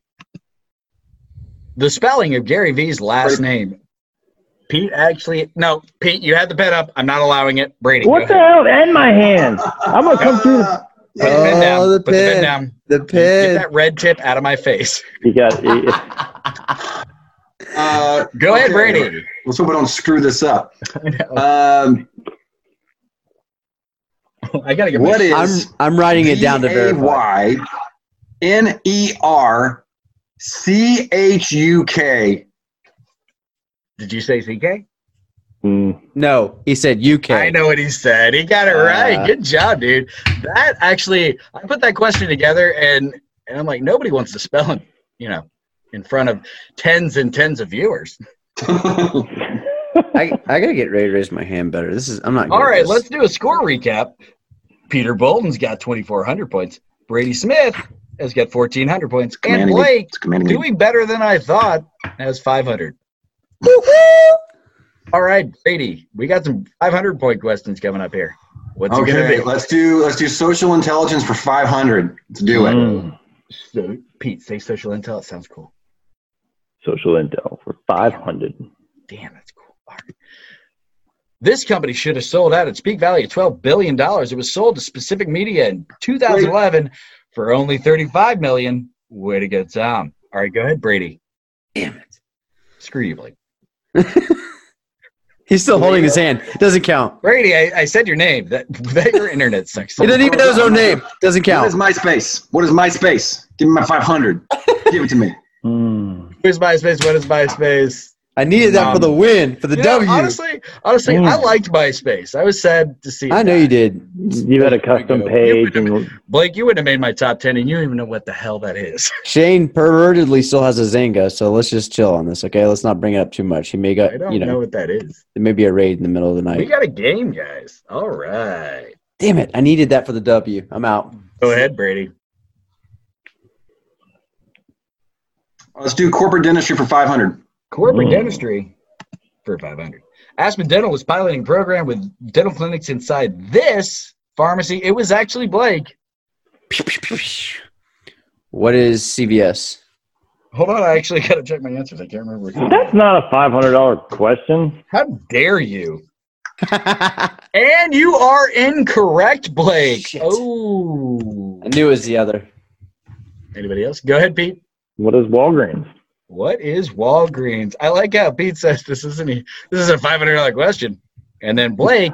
D: The spelling of Gary V's last name. Pete actually, no, Pete, you had the pen up. I'm not allowing it. Brady.
E: What the
D: go
E: hell?
D: ahead.
E: And my hands. I'm gonna come through.
F: Uh,
D: Put the pin down.
C: Oh, the
D: Put the pin
C: pin.
D: down.
C: The
D: Get
C: pin.
D: that red tip out of my face.
E: You got you-
F: Uh,
D: Go ahead,
F: Okay.
D: Brady.
F: let's hope I don't screw this up. Um,
D: I gotta get my
F: what
C: I'm
F: is
C: I'm writing it down to verify.
F: Y N E R C H U K.
D: Did you say CK?
E: mm,
C: No, he said UK.
D: I know what he said. He got it
C: Uh,
D: right. Good job, dude. That actually, I put that question together, and and I'm like, nobody wants to spell it, you know, in front of tens and tens of viewers.
C: I, I gotta get ready to raise my hand better. This is I'm not. good
D: All
C: at
D: right,
C: this.
D: let's do a score recap. Peter Bolton's got 2,400 points. Brady Smith has got 1,400 points, and
F: Commanding lead.
D: Blake
F: it's commanding. lead.
D: doing better than I thought has 500. All right, Brady, we got some 500 point questions coming up here. What's it gonna
F: Okay,
D: be?
F: let's do let's do social intelligence for 500. Let's do it.
E: mm,
D: So, Pete, say social intel. It sounds cool.
E: social intel for five hundred.
D: Damn, that's cool. All right. This company should have sold out its peak value of $12 billion. It was sold to Specific Media in 2011 for only $35 million. Way to go, Tom. All right, go ahead, Brady.
C: Damn it.
D: Screw you, Blake.
C: He's still holding his hand. Doesn't count.
D: Brady, I, I said your name. That, that your internet sucks.
C: He doesn't even know his own name. Doesn't
F: What
C: count.
F: is MySpace? What is MySpace? Give me my 500. Give it to me. Hmm.
E: Mm.
D: Who's MySpace? What is MySpace?
C: I needed that for the win, for the
D: You know,
C: W. Mm.
D: honestly, honestly, I liked MySpace. I was sad to see. it
C: I know
D: die.
C: you did.
E: You had a custom page, and
D: Blake, you wouldn't have made my top ten, and you don't even know what the hell that is.
C: Shane pervertedly still has a Zanga, so let's just chill on this, okay? Let's not bring it up too much. He may
D: I
C: got
D: don't
C: you know,
D: know what that is.
C: there may be a raid in the middle of the
D: We
C: night.
D: got a game, guys. All right,
C: Damn it! I needed that for the W. I'm out.
D: go ahead, Brady.
F: Let's do corporate dentistry for 500.
D: Corporate
E: Mm.
D: dentistry for five hundred. Aspen Dental was piloting a program with dental clinics inside this pharmacy. It was actually Blake.
C: What is CVS?
D: Hold on, I actually got to check my answers. I can't remember.
E: that's not a five hundred dollar question.
D: How dare you? And you are incorrect, Blake.
C: Shit.
D: Oh.
C: I knew it was the other.
D: Anybody else? Go ahead, Pete.
E: What is Walgreens?
D: What is Walgreens? I like how Pete says this isn't he, this is a five hundred dollar question, and then Blake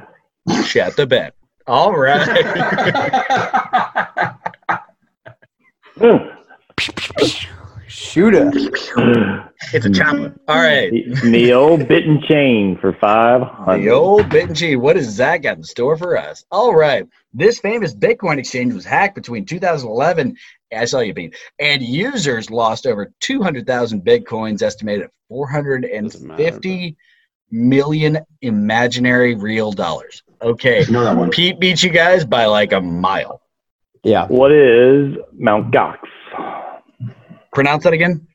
D: shut the bet. All right,
E: Mm.
C: Shooter.
D: it's a chopper. All right,
E: the, the old bit and chain for five hundred.
D: the old Bit and G. What has that got in store for us? All right, this famous Bitcoin exchange was hacked between 2011. I saw you, Pete, and users lost over 200,000 bitcoins, estimated at 450 million imaginary real dollars. Okay,
F: You know that one.
D: Pete beat you guys by like a mile.
C: Yeah.
E: What is Mount Gox?
D: Pronounce that again.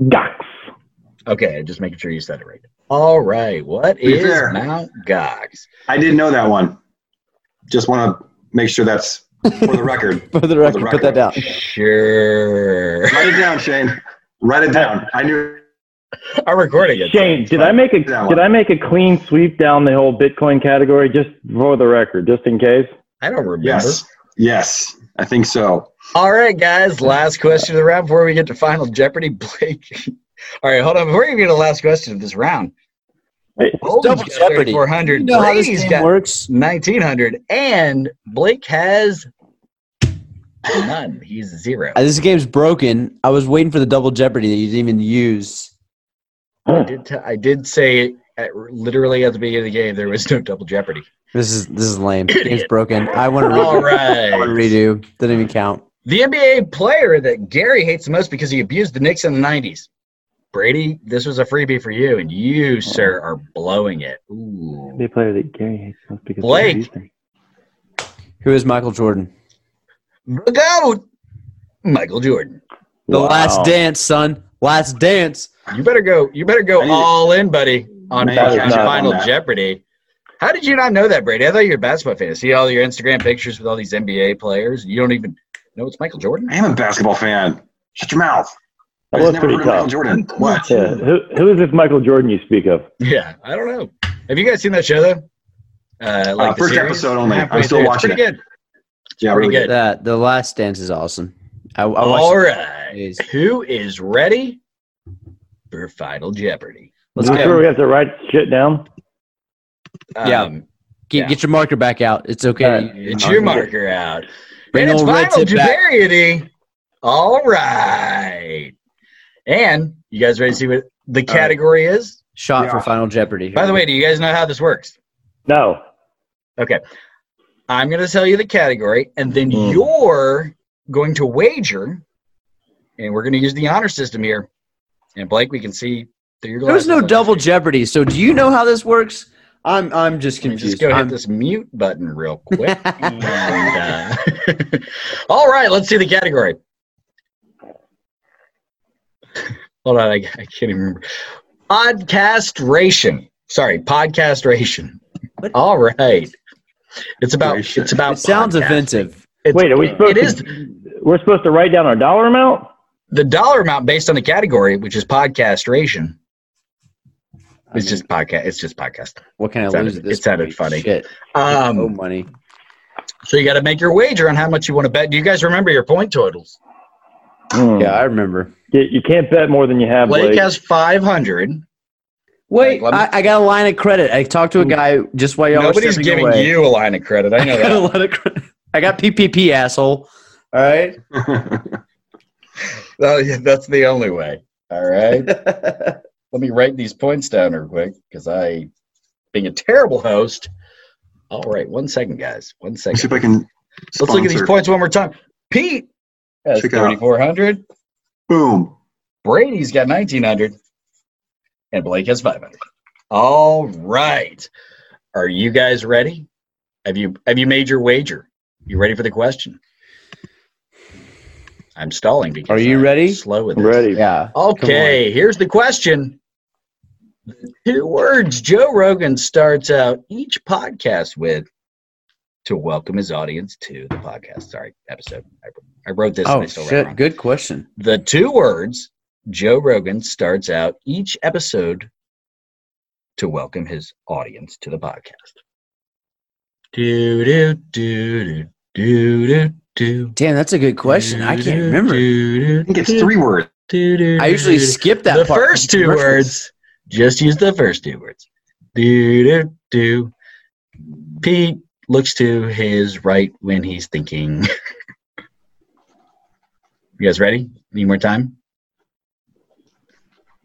E: Gox.
D: Okay, just making sure you said it right. All right, what
F: Be
D: is
F: fair.
D: Mount Gox?
F: I did know that one. Just want to make sure that's for the record.
C: For the record, put that down.
D: Sure.
F: Write it down, Shane. Write it down. I knew
D: I'm recording it.
E: Shane, did I make a
F: That
E: did
F: one.
E: I make a clean sweep down the whole Bitcoin category just for the record, just in case?
D: I don't remember.
F: yes. Yes. I think so.
D: All right, guys. Last question of the round before we get to final Jeopardy. Blake. All right, hold on. Before you get to the last question of this round,
E: Hey,
C: double Jeopardy.
D: Four
C: You
D: hundred.
C: know how this
D: Brady's
C: game
D: got
C: works?
D: nineteen hundred, and Blake has none. He's zero.
C: Uh, this game's broken. I was waiting for the double jeopardy that you didn't even use.
D: I did. T- I did say at, literally at the beginning of the game there was no double jeopardy.
C: This is this is lame. Game's
D: Idiot.
C: broken. I want to
D: All
C: redo. I want to
D: right.
C: redo. Doesn't even count.
D: The NBA player that Gary hates the most because he abused the Knicks in the '90s. Brady, this was a freebie for you, and you, sir, are blowing it. Ooh.
E: They player that Gary hates most because
D: Blake.
C: Who is Michael Jordan?
D: The goat, Michael Jordan.
C: The last dance, son. Last dance.
D: You better go. You better go
F: I need-
D: all in, buddy, on
F: Man,
D: fucking
E: I was not
D: Final
F: on that.
D: Jeopardy. How did you not know that, Brady? I thought you were a basketball fan. I see all your Instagram pictures with all these NBA players. You don't even know it's Michael Jordan.
F: I am a basketball fan. Shut your mouth.
E: That
F: I just
E: was
F: never
E: pretty
F: heard of Michael
E: tough.
F: Jordan. What?
E: Yeah. Who, who is this Michael Jordan you speak of?
D: Yeah, I don't know. Have you guys seen that show though? Uh,
F: Uh,
D: the
F: first
D: series?
F: episode only. I'm
D: Halfway
F: still
D: through.
F: watching
D: It's pretty good.
F: Yeah,
D: Pretty
F: really
D: good.
C: That the last dance is awesome. I, I watched
D: All
C: it.
D: right.
C: Jeez.
D: Who is ready for Final Jeopardy?
C: Let's
E: you
C: go.
E: sure we have to write shit down?
C: Yeah. Get,
D: Yeah.
C: get your marker back out. It's okay.
E: Alright.
D: Um, It's your marker out.
C: Bring
D: and it's
C: old Red
D: Final
C: Tip back.
D: Jeopardy. All right. And you guys ready to see what the category is?
C: Shot for
F: Yeah.
C: Final Jeopardy.
D: By the way, do you guys know how this works?
E: No.
D: Okay. I'm going to tell you the category, and then
E: Hmm.
F: Mm.
D: you're going to wager, and we're going to use the honor system here. And Blake, we can see through your
C: there
D: glasses.
C: was no
D: on the
C: double
D: screen.
C: Jeopardy. So do you know how this works? I'm I'm just
D: Let me
C: confused.
D: just go hit
C: I'm-
D: this mute button real quick. and, uh, all right, let's see the category. Hold on, I, I can't even remember. Podcast ration. Sorry, podcast ration.
C: What?
D: All right. It's about
F: Ration.
D: it's about
C: it sounds
D: podcasting.
C: offensive.
D: It's-
E: Wait, are we supposed to?
D: it is
E: We're supposed to write down our dollar amount.
D: the dollar amount based on the category, which is podcast ration.
C: I
D: It's
C: mean,
D: just podcast. It's just podcast.
C: what can I
D: it sounded-
C: lose? at this
D: it sounded
C: point?
D: funny.
C: Shit. oh,
D: Um,
C: money.
D: so you got to make your wager on how much you want to bet. Do you guys remember your point totals? um,
E: Hmm.
C: Yeah, I remember.
E: You, you can't bet more than you have.
D: Blake
E: Blake.
D: has five hundred.
C: Wait,
D: Like, let me-
C: I, I got a line of credit. I talked to a guy just while y'all were
D: Nobody's
C: stepping
D: giving
C: away.
D: you a line of credit. I know
C: I got a
D: that.
C: line of credit. I got PPP, asshole. All right.
F: good.
D: Oh, yeah, that's the only way. All right. Let me write these points down real quick because I, being a terrible host. All right, one second, guys. One
F: See
D: second.
F: if I can.
D: Let's look at these
F: sponsor.
D: points one more time. Pete has
F: Check it out.
D: thirty four hundred.
F: Boom.
D: Brady's got 1900 and Blake has 500. All right. Are you guys ready? Have you have you made your wager? You ready for the question? I'm stalling because
C: Are you
D: I'm
C: ready?
D: Slow with
E: I'm
D: this.
E: ready.
C: Yeah.
D: Okay, here's the question. The two words Joe Rogan starts out each podcast with to welcome his audience to the podcast. Sorry, episode. I, I wrote this. and
C: Oh
D: I still wrote it wrong.
C: shit. Good question.
D: The two words Joe Rogan starts out each episode to welcome his audience to the podcast. Do do do do do do.
C: Damn, that's a good question. I can't remember.
F: I think it's three words.
C: I usually skip that
D: the
C: part.
D: first two words. Just use the first two words. Do do do. Pete looks to his right when he's thinking. you guys ready? Need more time?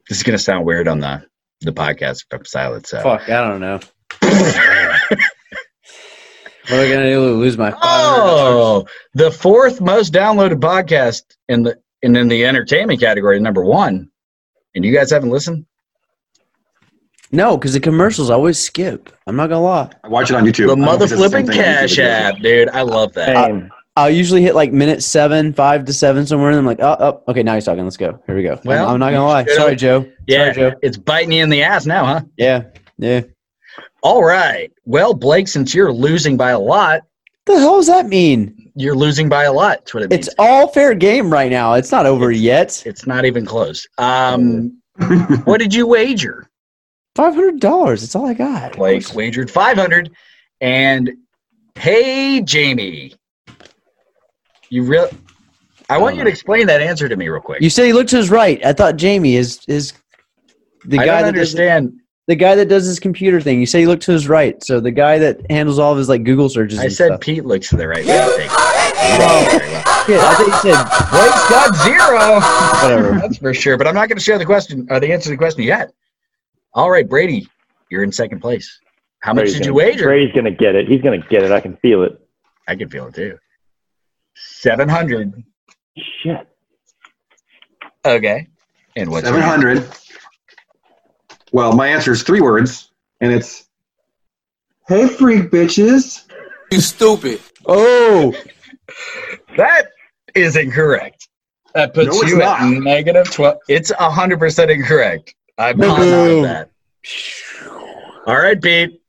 D: This is gonna sound weird on the the podcast if I'm silent. So.
C: Fuck, I don't know. What am I gonna do? Lose my $500?
D: Oh, the fourth most downloaded podcast in the and in the entertainment category, number one. And you guys haven't listened.
C: No, because the commercials always skip. I'm not gonna lie.
F: I watch it on YouTube.
D: The
F: I don't know
D: mother
F: if it's the same
D: flipping
F: thing on YouTube
D: cash
F: as the
D: app, dude. I love that.
E: Same.
C: I'll usually hit like minute seven, five to seven somewhere, and I'm like, oh, oh okay, now he's talking. Let's go. Here we go.
D: Well,
C: I'm, I'm not gonna lie.
D: you
C: Sorry, Joe.
D: Yeah,
C: Sorry, Joe.
D: it's biting you in the ass now, huh?
C: Yeah, yeah. What
D: All right. Well, Blake, since you're losing by a lot,
C: the hell does that mean?
D: you're losing by a lot. That's what it means.
C: It's all fair game right now. It's not over yet.
D: It's not even close. Um,
F: YouTube.
D: what did you wager?
C: Five hundred dollars. It's all I got.
D: Blake wagered 500. And hey, Jamie, you real? I want you to explain that answer to me real quick.
C: Uh, You said he looked to his right. I thought Jamie is is the guy
D: I don't
C: that does
D: understand.
C: the guy that does his computer thing. You say he looked to his right. So the guy that handles all of his like Google searches.
D: I
C: and
D: said
C: stuff.
D: Pete looks to the right. Way, I think. Oh, very well.
C: Shit, I think he said
D: Blake's got zero.
C: whatever.
D: That's for sure. But I'm not going to share the question or the answer to the question yet. All right, Brady, you're in second place. How much did
E: gonna,
D: you wager?
E: Brady's gonna get it. He's gonna get it. I can feel it.
D: I can feel it too. Seven hundred.
E: Shit.
D: Okay. And what's your-
F: Seven hundred. Well, my answer is three words, and it's "Hey, freak bitches."
C: Oh,
D: That is incorrect. That puts
F: No, it's
D: you at
F: not.
D: negative twelve. It's hundred percent incorrect. I'm
C: No.
D: not on that. All right, Pete.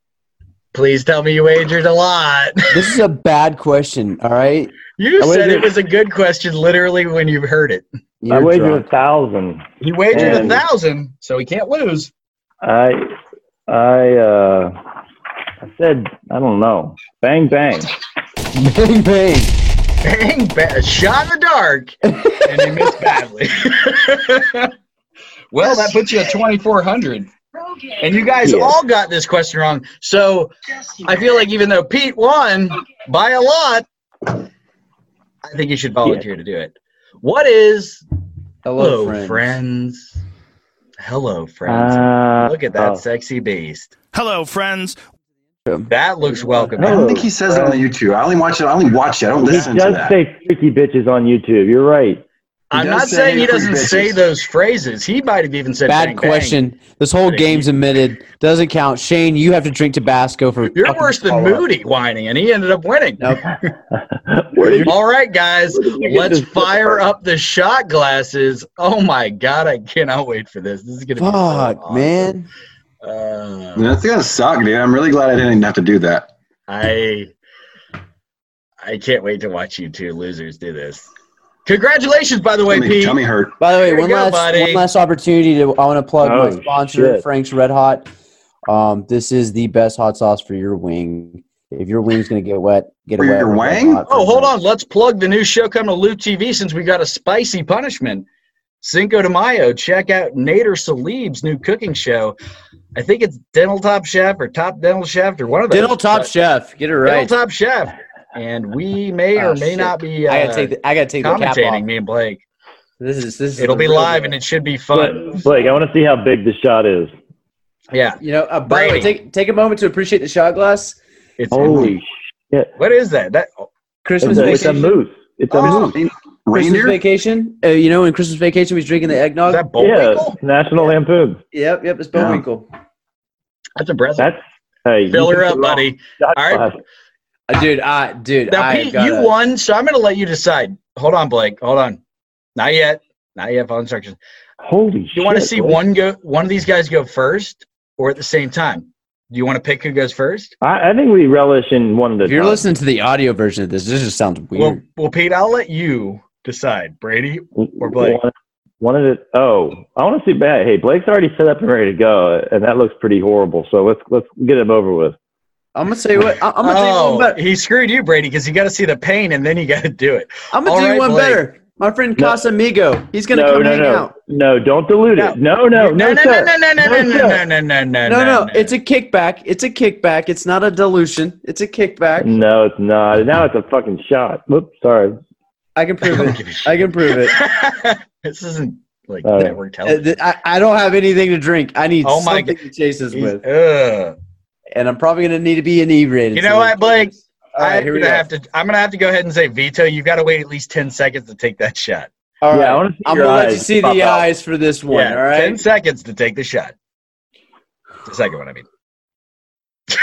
D: Please tell me you wagered a lot.
C: this is a bad question. All right.
D: You
E: I
D: said it
E: wagered-
D: was a good question literally when you heard it.
E: I
C: You're
E: wagered
C: drunk.
E: a thousand.
D: He wagered
E: And-
D: a thousand, so he can't lose.
E: I, I, uh, I said I don't know. Bang bang.
C: Bang bang.
D: Bang, ba- shot in the dark, and he missed badly. well, that puts you at 2,400. And you guys
E: Yeah.
D: all got this question wrong. So I feel like even though Pete won by a lot, I think you should volunteer to do it. What is
C: Hello,
D: Hello,
C: friend.
D: friends. Hello, friends.
E: Uh,
D: Look at that
E: oh.
D: sexy beast.
G: Hello, friends.
D: That looks welcoming.
F: I
E: Hello,
F: don't think he says that on the YouTube. I only watch it. I only watch it. I don't
E: He
F: listen to
E: does
F: that.
E: say freaky bitches on YouTube. You're right.
D: I'm
F: does
D: not
F: say
D: saying he
F: pretty
D: doesn't
F: bitches.
D: say those phrases. He might have even said
C: Bad
D: bang, bang.
C: question. This whole game's omitted. Doesn't count. Shane, you have to drink Tabasco for.
D: You're worse than Moody whining, and he ended up winning.
C: Nope.
E: Where did you-
D: All right, guys,
E: Where did you get
D: let's
E: this
D: fire
E: from?
D: up the shot glasses. Oh my god, I cannot wait for this. This is gonna be so
C: Fuck,
D: awesome.
C: man.
D: Uh,
F: That's gonna suck, dude. I'm really glad I didn't have to do that.
D: I I can't wait to watch you two losers do this. Congratulations, by the way,
F: Tummy,
D: Pete.
F: tummy hurt.
C: By the way,
D: Here we
C: one
D: go,
C: last
D: buddy.
C: one last opportunity to I want to plug
E: Oh,
C: my sponsor,
E: shit.
C: Frank's Red Hot. Um, this is the best hot sauce for your wing. If your wing's gonna get wet, get
F: For
C: it wet.
F: your
C: with Red
F: wing?
C: Hot
D: Oh,
C: Frank's
D: hold
C: Red
D: on. Let's plug the new show coming to Loop TV since we got a spicy punishment. Cinco de Mayo. Check out Nader Salib's new cooking show. I think it's Dental Top Chef or Top Dental Chef or one of
C: Hot.
D: those.
C: Dental Top Chef. Get it
D: Dental
C: right.
D: Top Chef. And we may or
C: Oh,
D: may
C: shit.
D: not be uh,
C: I gotta take the, I gotta take the cap
D: commentating,
C: off.
D: me and Blake.
C: This is this is
D: It'll
C: the
D: be
C: real
D: live
C: deal.
D: and it should be fun.
E: Blake, Blake, I want to see how big the shot is.
D: Yeah.
C: you know, uh, by the way,
D: Brady.
C: take take a moment to appreciate the shot glass.
D: It's
E: Holy shit!
D: what is that? That
C: Christmas
E: It's a, it's a
C: vacation.
E: moose. It's a moose.
C: Christmas
F: Reindeer?
C: vacation. Uh, you know, in Christmas vacation, we was drinking the
D: is
C: eggnog.
D: that
E: Uh, Yeah,
D: Bullwinkle?
E: National Lampoon.
C: yep, yep, it's
F: Yeah.
C: Bullwinkle.
D: That's impressive.
E: That's hey.
D: Fill
E: you
D: her
E: took
D: up,
E: the wrong
D: buddy.
E: shot
D: All right.
E: glass.
C: Uh, dude, I dude,
D: Now,
C: I
D: Pete,
C: got
D: you won, so I'm going to let you decide. Hold on, Blake. Hold on. Not yet. Not yet. Follow instructions.
E: Holy shit!
D: You want to see
E: Blake.
D: one go? One of these guys go first, or at the same time? Do you want to pick who goes first?
E: I, I think we relish in one of the.
C: If you're listening to the audio version of this, this just sounds weird.
D: Well, well, Pete, I'll let you decide. Brady. or Blake.
E: One, one of the. Oh, I want to see bad. Hey, Blake's already set up and ready to go, and that looks pretty horrible. So let's let's get him over with.
C: I'm gonna tell you what. I- I'm gonna do
D: oh,
C: one better.
D: he screwed you, Brady, because you got to see the pain and then you got to do it.
C: I'm gonna
D: all
C: do you
D: right,
C: one
D: Blake.
C: better. My friend
E: No.
C: Casamigo, he's gonna
E: no,
C: come
E: no,
C: hang
E: no,
C: out.
E: no! Don't dilute it. No, no, no,
D: no, no,
E: sir.
D: no, no, no,
E: No,
D: no, no, no,
E: sir.
D: no, no, no,
C: No, no, it's a kickback. It's a kickback. It's not a dilution. It's a kickback.
E: No, it's not. Now it's a fucking shot. Whoops, sorry.
C: I can prove
D: Don't
C: it.
D: give a shit.
C: I can prove it.
D: this isn't like
E: All right.
D: network
C: Uh,
D: television.
C: th- I, I don't have anything to drink. I need
D: Oh my
C: something to chase this
D: He's-
C: with,
D: ugh.
C: and I'm probably gonna need to be inebriated.
D: You know
C: to-
D: what, Blake?
C: All right,
D: I'm
C: here we
D: gonna
C: go.
D: have to. I'm gonna have to go ahead and say veto. You've got to wait at least ten seconds to take that shot.
C: All right.
E: Yeah, I want to see
C: I'm
E: your
C: gonna let you
E: eyes
C: see the
E: pop out.
C: eyes for this one. all right.
D: ten seconds to take the shot. The second one, I mean.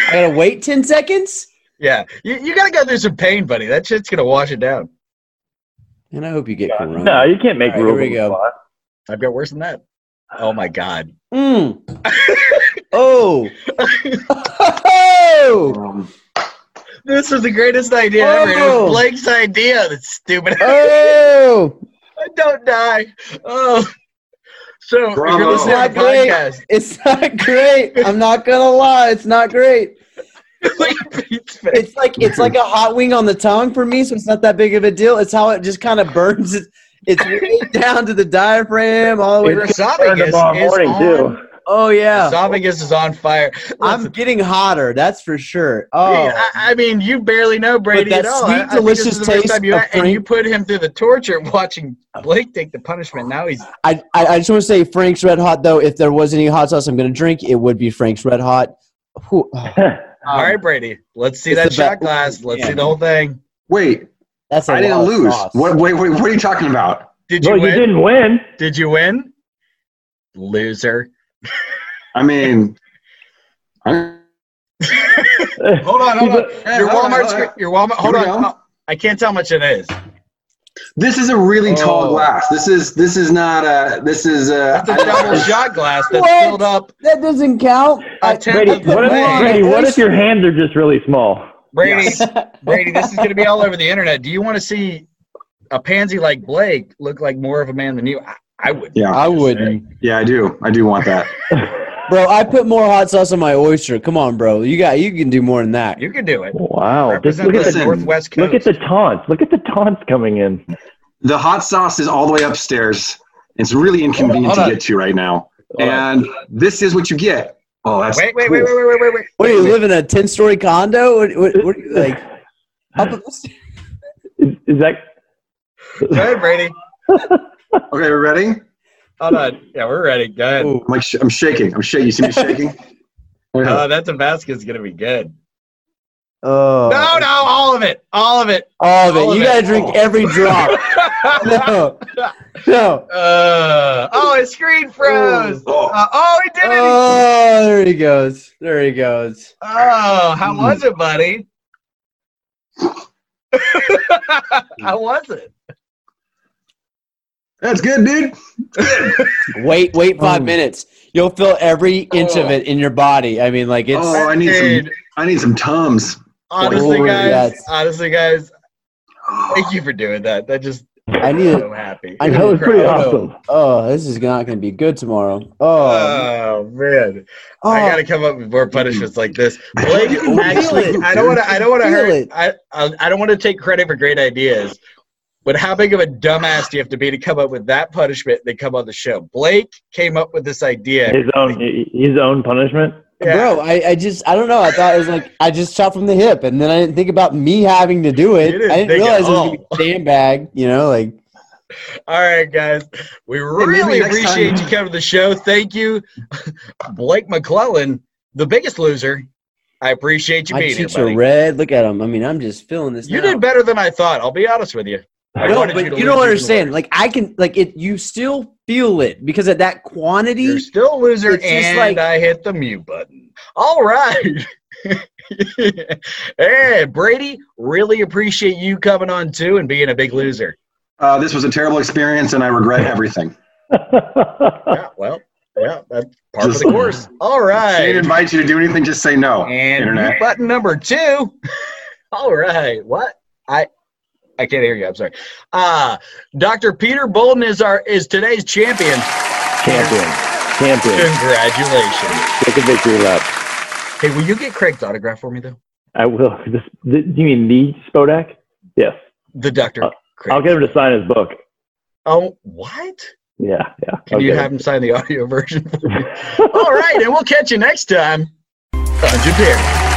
C: I gotta wait ten seconds,
D: Yeah, you, you got to go through some pain, buddy. That shit's gonna wash it down.
C: and I hope you get corona.
E: Uh, No, you can't make
C: All right,
E: rules.
C: here we
E: on the
C: go.
E: spot.
D: I've got worse than that. Oh my god.
C: Mm. oh. oh.
F: Um,
D: This was the greatest idea ever. It
C: Oh.
D: was Blake's idea. That's stupid.
C: Oh.
D: Don't die. Oh. So if
F: Bravo.
D: you're listening to the
C: Great.
D: podcast,
C: It's not great. I'm not gonna lie. It's not great.
D: look at Pete's face.
C: It's like it's like a hot wing on the tongue for me, so it's not that big of a deal. It's how it just kind of burns. It. It's way down to the diaphragm, all the way.
D: Your
C: down.
E: Burn
D: esophagus is
E: tomorrow morning
D: on.
E: too.
C: Oh yeah,
D: Esophagus is on fire. Listen,
C: I'm getting hotter. That's for sure.
D: Brady,
C: Oh,
D: I, I mean, you barely know Brady
C: that
D: at all.
C: sweet,
D: I- I think this is
C: delicious
D: the first
C: taste
D: time you
C: of
D: had- and you
C: Frank-
D: put him through the torture watching Blake take the punishment. Now he's
C: I, I I just want to say Frank's Red Hot though. If there was any hot sauce I'm gonna drink, it would be Frank's Red Hot. Whew. Oh,
D: all right, Brady. Let's see
C: it's
D: that
C: the
D: shot
C: best-
D: glass. Let's
C: Yeah.
D: see the whole thing.
F: wait,
C: That's I
F: I didn't lose. What, wait, wait, what are you talking about?
D: Did you
E: Well, you
D: win?
E: didn't win.
D: Did you win? Loser.
F: I mean, I-
E: Oh,
D: Hold on, hold on.
F: Hey,
D: Your
F: hold on,
D: Walmart.
F: hold
D: screen-
F: on.
D: Your Walmart. Hold
F: Here we
D: on.
F: go.
D: Oh, I can't tell how much it is.
F: this is a really
C: Oh.
F: tall glass. This is this is not a this is a.
D: That's a double shot glass that's
C: What?
D: filled up
C: That doesn't count.
D: a
C: I-
D: tenth
E: Brady,
D: of the
E: what if,
D: way.
E: Brady, what if your hands are just really small?
D: Brady, Brady, this is going to be all over the internet. Do you want to see a pansy like Blake look like more of a man than you? I, I would.
F: Yeah,
C: I wouldn't.
F: yeah, I do. I do want that.
C: bro. I put more hot sauce on my oyster. Come on, bro. You got you can do more than that.
D: You can do it.
E: Wow. Just
D: Represent
E: Oh, look at
D: the
E: the
F: Listen,
D: Northwest Coast.
E: look at the taunts. Look at the taunts coming in.
F: The hot sauce is all the way upstairs. It's really inconvenient
A: Hold on.
F: to get to right now.
E: Hold on.
F: and this is what you get. Oh, that's
D: wait, wait,
F: cool.
D: wait, wait, wait, wait, wait, wait.
C: What do you live in a ten story condo? What, what, what are you like? Up at the-
E: Is, is that
D: Go ahead, Brady.
F: Okay, we're ready.
D: Hold on. Yeah, we're ready. Go ahead.
F: I'm like sh- I'm shaking. I'm shaking. You see me shaking? Wait,
D: Oh, that Tabasco is gonna be good.
C: Oh,
D: No, no, all of it, all of it.
C: all of
D: all
C: it.
D: of
C: You
D: it.
C: gotta drink every drop. No, no.
D: Uh, oh, his screen froze.
F: Oh.
D: Uh, oh, he did it.
C: Oh, there he goes. There he goes.
D: Oh, how was it, buddy? how was it?
F: That's good, dude.
C: Wait, wait five
D: Oh.
C: minutes. You'll feel every inch of it in your body. I mean, like it's.
F: Oh, I need some. I need some tums.
D: honestly,
C: Oh,
D: guys,
C: yes.
D: honestly, guys,
F: Oh,
D: thank you for doing that. That just
C: I need
D: I'm
C: it.
D: so happy.
C: I
E: that
C: know
E: was pretty
C: crowd.
E: awesome.
C: Oh, this is not going to be good tomorrow. Oh,
D: Oh man,
C: oh.
D: I gotta come up with more punishments like this. Blake,
F: You can
D: actually,
F: feel it,
D: I don't want to. I don't want to
C: Feel
D: hurt.
C: it.
D: I, I I don't want to take credit for great ideas. But how big of a dumbass do you have to be to come up with that punishment and then come on the show? Blake came up with this idea.
E: His own his own punishment.
D: Yeah.
C: Bro, I, I just I don't know. I thought it was like I just shot from the hip, and then I didn't think about me having to do it.
D: You didn't
C: I didn't
D: think at
C: realize it was gonna be a sandbag. You know, like
D: All right, guys. We really
F: next
D: appreciate
F: time-
D: you coming to the show. Thank you, Blake McClellan, the biggest loser. I appreciate you
C: my
D: being here,
C: cheeks are
D: buddy.
C: red. Look at them. I mean, I'm just feeling this.
D: You
C: now.
D: did better than I thought. I'll be honest with you. I
C: No,
D: wanted
C: but
D: you
C: you,
D: to lose
C: don't
D: even
C: understand. Like I can, like it. You still feel it because at that quantity.
D: You're still a loser,
C: It's just
D: and
C: like-
D: I hit the mute button. All right. hey, Brady, really appreciate you coming on too and being a big loser.
F: Uh, this was a terrible experience, and I regret everything.
D: Yeah, well, yeah, that's part
F: Just-
D: of the course. All
F: I didn't
D: right.
F: invite you to do anything. Just say no.
D: And
F: Internet.
D: mute button number two. All right. What? I I can't hear you. I'm sorry. Uh Dr. Peter Bolden is our is today's champion.
E: Champion. Champion.
D: Congratulations.
E: Take a victory lap.
D: Hey, will you get Craig's autograph for me though?
E: I will. This, th do you mean the Spodak? Yes.
D: The doctor. Craig.
E: I'll get him to sign his book.
D: Oh, what?
E: Yeah, yeah.
D: Can you have him sign the audio version? All right, and we'll catch you next time on Japan.